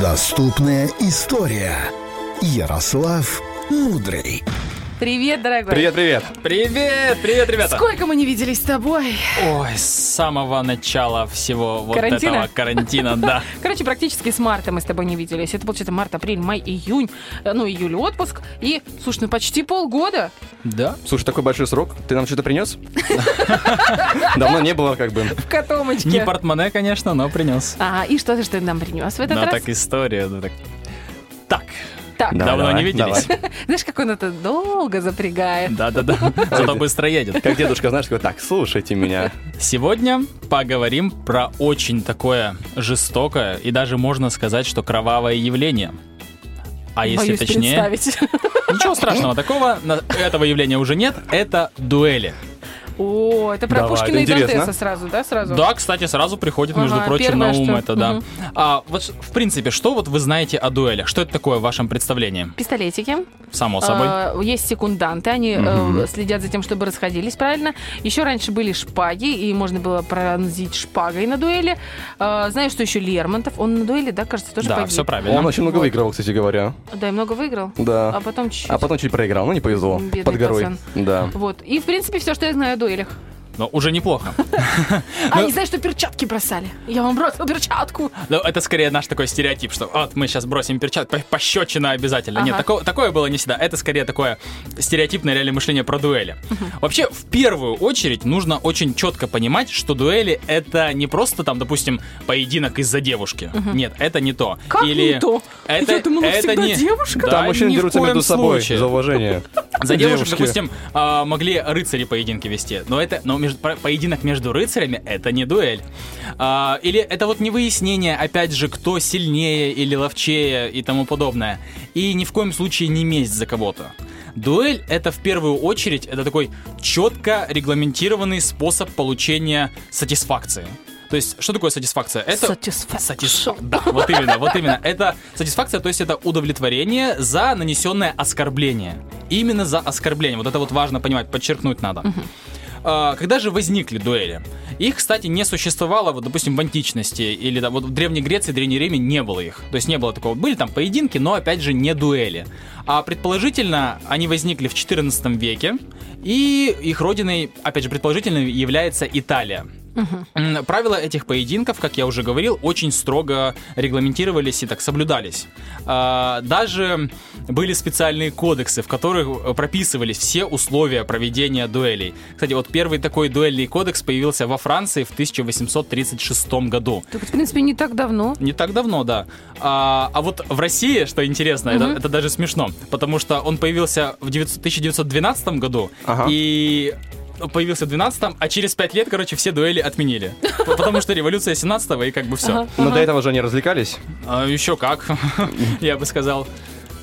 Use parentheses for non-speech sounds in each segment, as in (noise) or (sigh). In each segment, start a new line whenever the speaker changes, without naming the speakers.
Доступная история. Ярослав Мудрый.
Привет, дорогой.
Привет, привет.
Привет, привет, ребята.
Сколько мы не виделись с тобой.
Ой, с самого начала всего вот
Карантина?
этого карантина,
(laughs)
да.
Короче, практически с марта мы с тобой не виделись. Это получается март, апрель, май, июнь. Э, Ну, июль отпуск. И, слушай, ну почти полгода.
Да?
Слушай, такой большой срок. Ты нам что-то
(laughs)
принес? Давно не было, как бы.
В котомочке.
Не портмоне, конечно, но принес.
А, и что ты что нам принес в этот
Но
раз?
так история. да, так. Так,
Так.
Да.
давно
давай,
не виделись.
Знаешь, как он это долго запрягает. (laughs)
Да-да-да, зато быстро едет.
Как дедушка, знаешь, такой, так, слушайте
(laughs)
меня.
Сегодня поговорим про очень такое жестокое и даже можно сказать, что кровавое явление. А если
Боюсь
точнее,
представить. (laughs)
ничего страшного такого, на- этого явления уже нет, это дуэли.
О, это про
Давай,
Пушкина
это
и Дантеса
интересно.
сразу, да, сразу?
Да, кстати, сразу приходит,
Ага,
между прочим,
первое,
на ум
что-
это, да.
Мгм.
А вот, ш- в принципе, что вот вы знаете о дуэлях? Что это такое в вашем представлении?
Пистолетики.
Само собой.
А, Есть секунданты, они э, следят за тем, чтобы расходились правильно. Еще раньше были шпаги, и можно было пронзить шпагой на дуэли. А, Знаю, что еще Лермонтов, он на дуэли, да, кажется, тоже
да,
погиб.
все правильно.
Он очень много выигрывал, кстати говоря.
Да, и много выиграл. А
Да.
потом чуть-чуть.
А потом чуть проиграл, ну не повезло.
Бедный
Под горой.
пацан.
Да.
Вот. И, в принципе, все, что я знаю о дуэлях.
Но уже неплохо. Ну
А, не знаю, что перчатки бросали. Я вам бросил перчатку.
Но Ну, это скорее наш такой стереотип, что вот мы сейчас бросим перчатки, по- пощечина обязательно. Нет,
Ага.
такого- такое было не всегда. Это скорее такое стереотипное реальное мышление про дуэли. Вообще, в первую очередь, нужно очень четко понимать, что дуэли это не просто там, допустим, поединок из-за девушки. Нет, это не то.
Как
Или
не то?
Это,
Я думала,
это
всегда
не...
девушка.
Да,
Там мужчины
ни в
дерутся
коем
между собой
случае.
за уважение.
(laughs) За девушек,
Девушки.
допустим, а, могли рыцари поединки вести, но это, но между- про- поединок между рыцарями это не дуэль. А, или это вот не выяснение, опять же, кто сильнее или ловчее и тому подобное. И ни в коем случае не месть за кого-то. Дуэль это в первую очередь это такой четко регламентированный способ получения сатисфакции. То есть, что такое сатисфакция? Это Сатисфакция. Да, вот именно, вот именно. Это сатисфакция, то есть это удовлетворение за нанесенное оскорбление. Именно за оскорбление. Вот это вот важно понимать, подчеркнуть надо. А, Когда же возникли дуэли? Их, кстати, не существовало, вот, допустим, в античности или да, вот в Древней Греции, Древней Риме не было их. То есть не было такого. Были там поединки, но, опять же, не дуэли. А предположительно, они возникли в 14 веке, и их родиной, опять же, предположительно является Италия. М, Правила этих поединков, как я уже говорил, очень строго регламентировались и так соблюдались. А, Даже были специальные кодексы, в которых э, прописывались все условия проведения дуэлей. Кстати, вот первый такой дуэльный кодекс появился во Франции в 1836 году.
Так, в принципе, не так давно.
Не так давно, да. А, а вот в России, что интересно, это,
Мгм.
это даже смешно, потому что он появился в 900 1912 году,
Ага.
и ну, появился в 12 а через 5 лет, короче, все дуэли отменили. П- Потому что революция 17 и как бы все.
Ага.
Но до этого же они развлекались.
Еще как, (laughs) я бы сказал.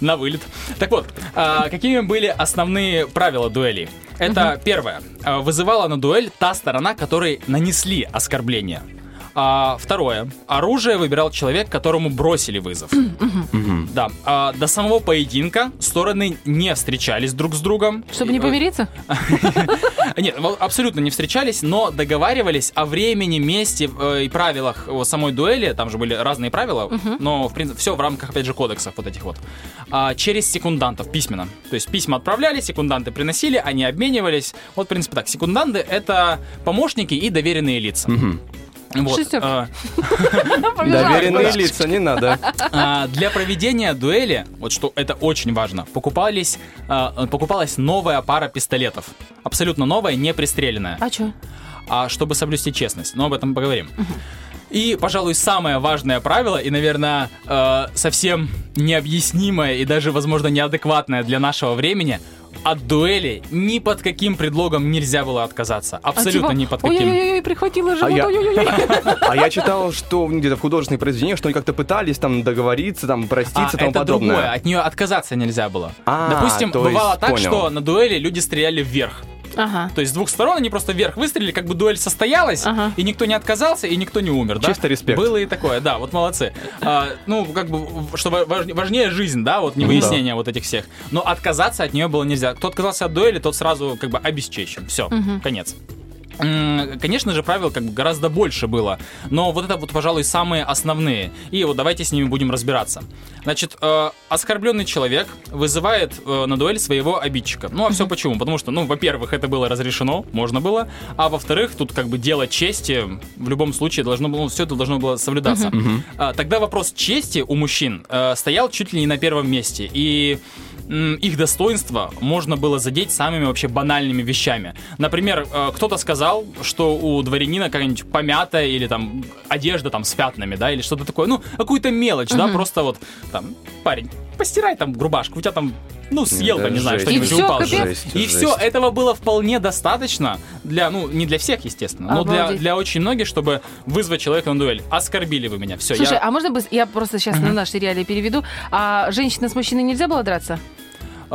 На вылет. Так вот, а, какими были основные правила дуэли? Это первое. А, Вызывала на дуэль та сторона, которой нанесли оскорбление. А, второе. Оружие выбирал человек, которому бросили вызов. Да. А, до самого поединка стороны не встречались друг с другом.
Чтобы не
И, э,
помириться?
нет, во- абсолютно не встречались, но договаривались о времени, месте э, и правилах э, самой дуэли. Там же были разные правила, но в принципе все в рамках, опять же, кодексов вот этих вот. А, через секундантов письменно. То есть письма отправляли, секунданты приносили, они обменивались. Вот, в принципе, так. Секунданты это помощники и доверенные лица. Вот,
Шестерки.
э,
Побежала.
Доверенные лица, не надо.
а, для проведения дуэли, вот что это очень важно, покупались, а, покупалась новая пара пистолетов. Абсолютно новая, не пристреленная.
А что?
а чтобы соблюсти честность. Но об этом поговорим. И, пожалуй, самое важное правило, и, наверное, э, совсем необъяснимое и даже, возможно, неадекватное для нашего времени, от дуэли ни под каким предлогом нельзя было отказаться. Абсолютно
типа,
ни под каким.
Ой-ой-ой, прихватила живот,
я-
ой-ой-ой.
(laughs)
А я читал, что где-то в художественных произведениях, что они как-то пытались там договориться, там
А,
проститься, и тому
это другое,
подобное.
от нее отказаться нельзя было.
А,
Допустим,
то есть
бывало так,
понял.
что на дуэли люди стреляли вверх.
Ага.
То есть с двух сторон они просто вверх выстрелили, как бы дуэль состоялась,
Ага.
и никто не отказался, и никто не умер, да?
Чисто респект.
Было и такое, да, вот молодцы. А, ну, как бы, в- что ва- важ- важнее жизнь, да, вот не
Ну
выяснение вот этих всех. Но отказаться от нее было нельзя. Кто отказался от дуэли, тот сразу как бы обесчещен. Все, конец. М, Конечно же, правил как бы гораздо больше было, но вот это вот, пожалуй, самые основные. И вот давайте с ними будем разбираться. Значит, э, оскорбленный человек вызывает э, на дуэль своего обидчика. Ну, а все почему? Потому что, ну, во-первых, это было разрешено, можно было, а во-вторых, тут как бы дело чести в любом случае должно было, все это должно было соблюдаться. А, Тогда вопрос чести у мужчин э, стоял чуть ли не на первом месте, и м, их достоинство можно было задеть самыми вообще банальными вещами. Например, э, кто-то сказал, что у дворянина какая-нибудь помятая или там одежда там с пятнами, да, или что-то такое. Ну, какую-то мелочь, да, просто вот там, парень, постирай там рубашку, у тебя там, ну, съел
Да,
там, не знаю,
жесть.
что-нибудь
И всё,
упал.
капец.
Жесть,
И
жесть.
все, этого было вполне достаточно для, ну, не для всех, естественно, но для,
Обалдеть.
для очень многих, чтобы вызвать человека на дуэль. Оскорбили вы меня, все,
Слушай,
я...
а можно бы, я просто сейчас на наши реалии переведу, а женщина с мужчиной нельзя было драться?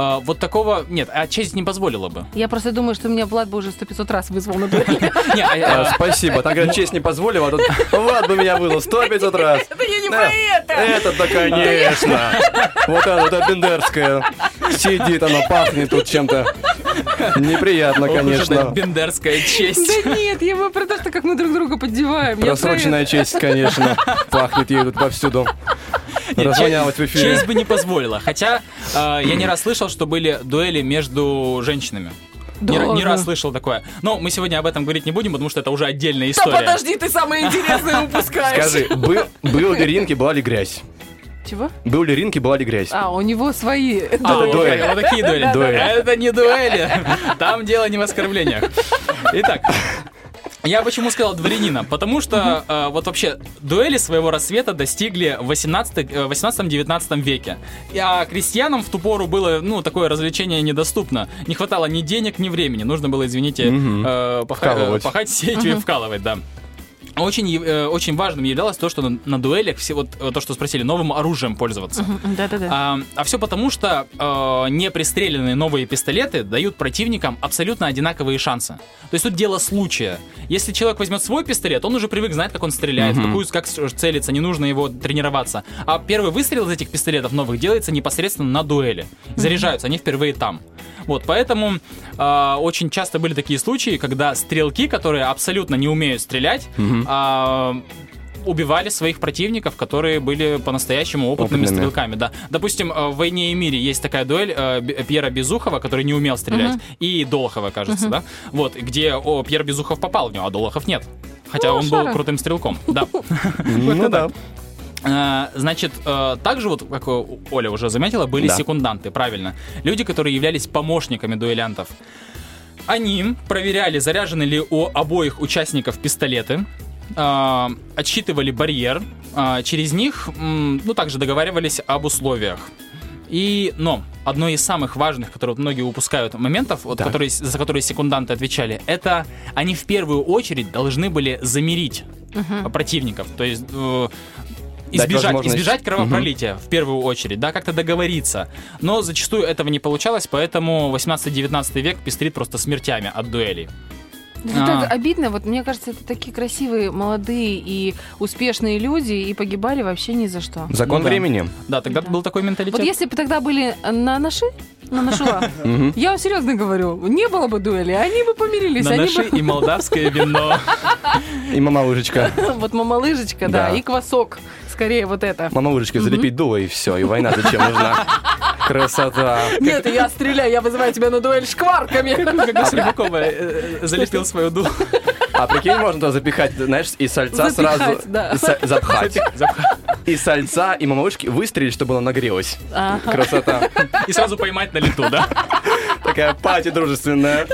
А, вот такого нет, а честь не позволила бы. (laughs)
Я просто думаю, что меня Влад бы уже сто 500 раз вызвал на дуэль.
Не, а,
А,
а,
спасибо. Так говорят, честь не позволила, а тут Влад бы меня вызвал 150 раз.
Это я не
Да. Это-то, конечно. Вот она, вот эта бендерская. Сидит она, пахнет тут чем-то. Неприятно,
ох уж эта
конечно.
Бендерская честь.
Да нет, я бы про то, что как мы друг друга поддеваем. я про это.
Просроченная честь, конечно. Пахнет ей тут повсюду.
Нет,
Развонялась в
честь-
эфире.
Честь бы не позволила. Хотя
(clears throat)
а, я не раз слышал, что были дуэли между женщинами. Не, ра- не
Да
раз
ладно.
слышал такое. Но мы сегодня об этом говорить не будем, потому что это уже отдельная
Да
история.
подожди, ты самое
(laughs)
интересное упускаешь.
Скажи, бы- был ли ринки, была ли грязь?
Чего?
Был ли ринки, была ли грязь?
А, у него свои.
А, вот
дуэль.
так- вот такие дуэли.
Дуэль.
Это не дуэли. Там дело не в оскорблениях. Итак. Я почему сказал дворянина? Потому что э, вот вообще дуэли своего рассвета достигли в 18-19 веке. И, А крестьянам в ту пору было, ну, такое развлечение недоступно. Не хватало ни денег, ни времени. Нужно было, извините,
Мгм.
э, паха- э,
Вкалывать.
пахать сетью и вкалывать, да. Очень, яв- э, очень важным являлось то, что на, на дуэлях все вот э, то, что спросили, новым оружием пользоваться.
Да-да-да.
А, все потому, что э, непристреленные новые пистолеты дают противникам абсолютно одинаковые шансы. То есть тут дело случая. Если человек возьмет свой пистолет, он уже привык знать, как он стреляет, в
Мгм.
какую, как с- целиться, не нужно его тренироваться. А первый выстрел из этих пистолетов новых делается непосредственно на дуэли. Заряжаются они впервые там. Вот, поэтому э, очень часто были такие случаи, когда стрелки, которые абсолютно не умеют стрелять, а, убивали своих противников, которые были по-настоящему опытными,
Опытными.
стрелками. Да. Допустим, э, в «Войне и мире» есть такая дуэль э, Б- Пьера Безухова, который не умел стрелять, и Долохова, кажется, да? Вот, где о, Пьер Безухов попал в него, а Долохов нет. Хотя
Ну,
он был
шара.
крутым стрелком, да.
Ну да.
А, Значит, э, также вот, как э, Оля уже заметила, были
Да.
секунданты, правильно. Люди, которые являлись помощниками дуэлянтов. Они проверяли, заряжены ли у обоих участников пистолеты, а, отсчитывали барьер, а, через них, м, ну, также договаривались об условиях. И, но, одно из самых важных, которые вот многие упускают моментов, вот, которые, за которые секунданты отвечали, это они в первую очередь должны были замерить э, противников. То есть э, избежать,
возможность.
избежать кровопролития в первую очередь, да, как-то договориться. Но зачастую этого не получалось, поэтому 18-19 век пестрит просто смертями от дуэлей.
Это так
а.
обидно. Вот мне кажется, это такие красивые, молодые и успешные люди, и погибали вообще ни за что.
Закон
Ну да.
времени.
Да, тогда
Да.
был такой менталитет.
Вот если бы тогда были на наши, на нашулах,
Мгм.
я вам серьезно говорю, не было бы дуэли, они бы помирились,
На
они
наши
бы...
и молдавское вино.
И мама лыжечка.
(laughs) Вот мамалыжечка, да,
Да.
и квасок, скорее вот это.
Мама лыжечка залепить дула и все. И война зачем нужна? Красота.
Нет, я стреляю, я вызываю тебя на дуэль шкварками.
(laughs) Ну, Как Серебрякова э, э, залепил
(laughs)
свою дулу.
А прикинь, можно туда запихать, знаешь, и сальца
Запихать,
сразу...
да.
са- Запхать.
Запах.
И сальца, и мама лыжки выстрелить, чтобы оно нагрелось.
Ага.
Красота.
И сразу поймать на лету, да?
Такая пати дружественная.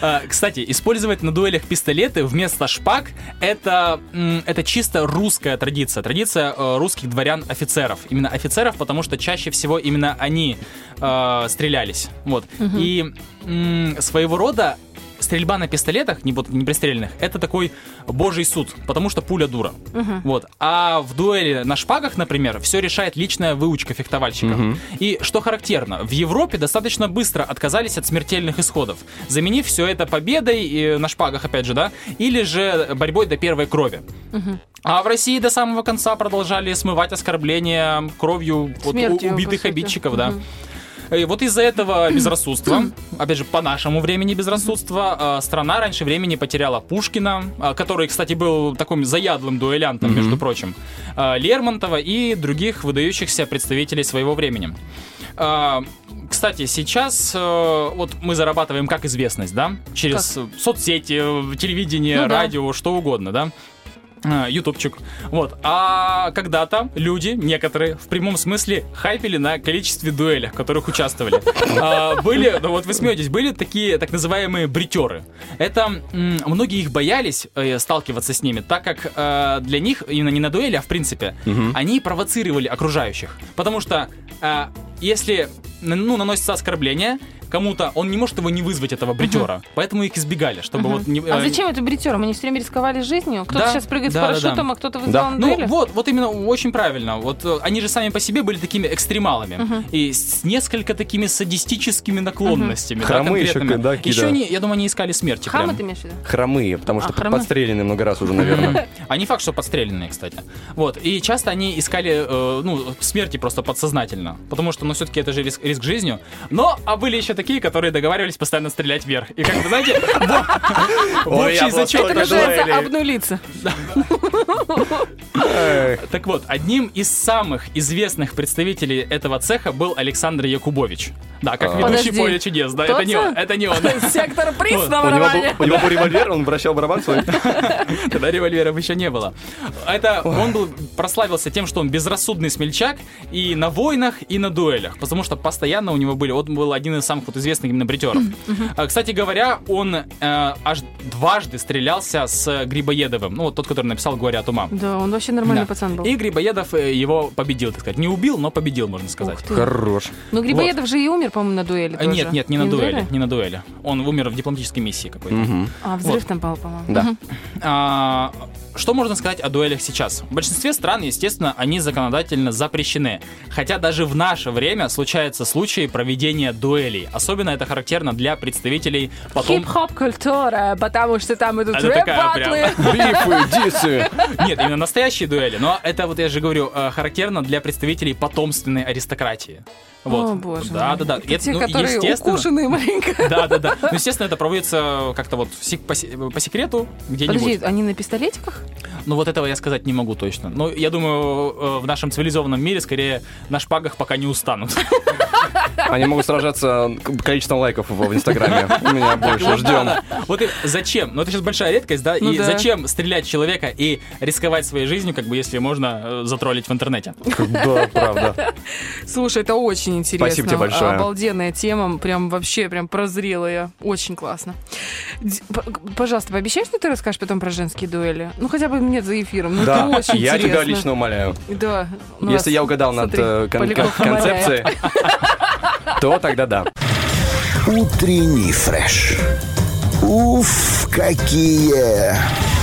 А, Кстати, использовать на дуэлях пистолеты вместо шпаг это, м, это чисто русская традиция. Традиция э, русских дворян-офицеров. Именно офицеров, потому что чаще всего именно они э, стрелялись. Вот. И м, своего рода стрельба на пистолетах, не, вот, непристрельных, это такой божий суд, потому что пуля дура. Вот. А в дуэли на шпагах, например, все решает личная выучка фехтовальщиков. И что характерно, в Европе достаточно быстро отказались от смертельных исходов, заменив все это победой э, на шпагах, опять же, да, или же борьбой до первой крови. А в России до самого конца продолжали смывать оскорбления кровью вот, у-
Смертью, по
убитых
сути.
обидчиков, да. Э, И вот
(coughs)
из-за этого безрассудства, опять же, по нашему времени безрассудства, э, страна раньше времени потеряла Пушкина, э, который, кстати, был таким заядлым дуэлянтом, между прочим, э, Лермонтова и других выдающихся представителей своего времени. Э, Кстати, сейчас э, вот мы зарабатываем как известность, да? Через э, соцсети, э, телевидение,
Ну да.
радио, что угодно, да? А, Ютубчик. Вот. А когда-то люди, некоторые, в прямом смысле хайпели на количестве дуэлях, в
(laughs)
которых участвовали. А, Были, ну вот вы смеетесь, были такие так называемые бритеры. Это м, многие их боялись э, сталкиваться с ними, так как э, для них, именно не на дуэли, а в принципе, они провоцировали окружающих. Потому что э, если ну, наносится оскорбление, кому-то он не может его не вызвать, этого бритера. Поэтому их избегали, чтобы вот... не-
А
э,
зачем это бритерам? Они все время рисковали жизнью. Кто-то
Да,
сейчас прыгает
да,
с
да, да.
парашютом, а кто-то вызвал на
Ну
дуэли.
вот, вот именно очень правильно. Вот э, они же сами по себе были такими экстремалами и с несколько такими садистическими наклонностями. да,
Хромы еще,
конкретными.
да,
Еще
кидают.
они, я думаю, они искали смерти.
Хама
прям.
ты имеешь в виду?
Хромые, потому что
А, хромы?
подстрелены много раз уже, наверное.
А не факт, что подстреленные, кстати. Вот. И часто они искали э, ну, смерти просто подсознательно. Потому что, ну, все-таки это же риск, риск жизнью. Но, а были еще такие, которые договаривались постоянно стрелять вверх. И как вы знаете, в
Ой, я
общей
просто
зачетке-
Это
Только дуэли.
называется
(laughs)
обнулиться.
Эх,
Так вот, одним из самых известных представителей этого цеха был Александр Якубович. Да, как
А.
ведущий
Подожди.
поле чудес. Да,
Тот
это не он,
самый?
это
(laughs)
не он.
Сектор приз на
У него был-
ворование.
у него был револьвер, он вращал барабан свой.
Тогда револьверов еще не было. Это он был прославился тем, что он безрассудный смельчак и на войнах, и на дуэлях. Потому что постоянно у него были. Вот он был один из самых вот известных именно бритеров. А, Кстати говоря, он э, аж дважды стрелялся с Грибоедовым. Ну, вот тот, который написал «Горе от ума».
Да, он вообще нормальный
Да.
пацан был.
И Грибоедов э, его победил, так сказать. Не убил, но победил, можно сказать.
Ух ты.
Хорош.
Ну, Грибоедов же и умер, по-моему, на дуэли
А,
тоже.
Нет, нет, не на дуэли,
дуэли?
не на дуэли. Он умер в дипломатической миссии какой-то.
А, взрыв
Вот.
там пал, по-моему.
Да.
Мгм.
А, что можно сказать о дуэлях сейчас? В большинстве стран, естественно, они законодательно запрещены. Хотя даже в наше время случаются случаи проведения дуэлей. Особенно это характерно для представителей потом...
Хип-хоп культура, потому что там идут
Это такая
рэп-батлы.
Бифы, дисы.
(laughs) Нет, именно настоящие дуэли. Но это, вот я же говорю, э, характерно для представителей потомственной аристократии.
(laughs)
Вот.
О, боже
Да,
мой.
да, да.
Это те,
ну,
которые укушенные маленько.
Да, да, да. Ну, естественно, это проводится как-то вот в сек- по, се- по секрету где-нибудь.
Подожди, они на пистолетиках?
Ну, вот этого я сказать не могу точно. Но я думаю, э, в нашем цивилизованном мире скорее на шпагах пока не устанут.
Они могут сражаться к- количеством лайков в в Инстаграме. У меня больше.
Вот
Ждем.
да, да. (laughs) Вот и зачем? Ну, это сейчас большая редкость, да?
Ну
И
да.
зачем стрелять человека и рисковать своей жизнью, как бы, если можно э, затроллить в интернете?
Да, правда.
Слушай, это очень интересно. А,
Спасибо тебе большое.
Обалденная тема, прям вообще прям прозрелая. Очень классно. Д- п- Пожалуйста, пообещай, что ты расскажешь потом про женские дуэли? Ну, хотя бы мне за эфиром. Ну,
Да,
это очень
я
интересно.
тебя лично умоляю.
Да. ну
Если
раз-
я угадал над
смотри,
э, кон- кон-
Поляков умоляет.
концепцией, то тогда да.
Утренний фреш. Уф, какие!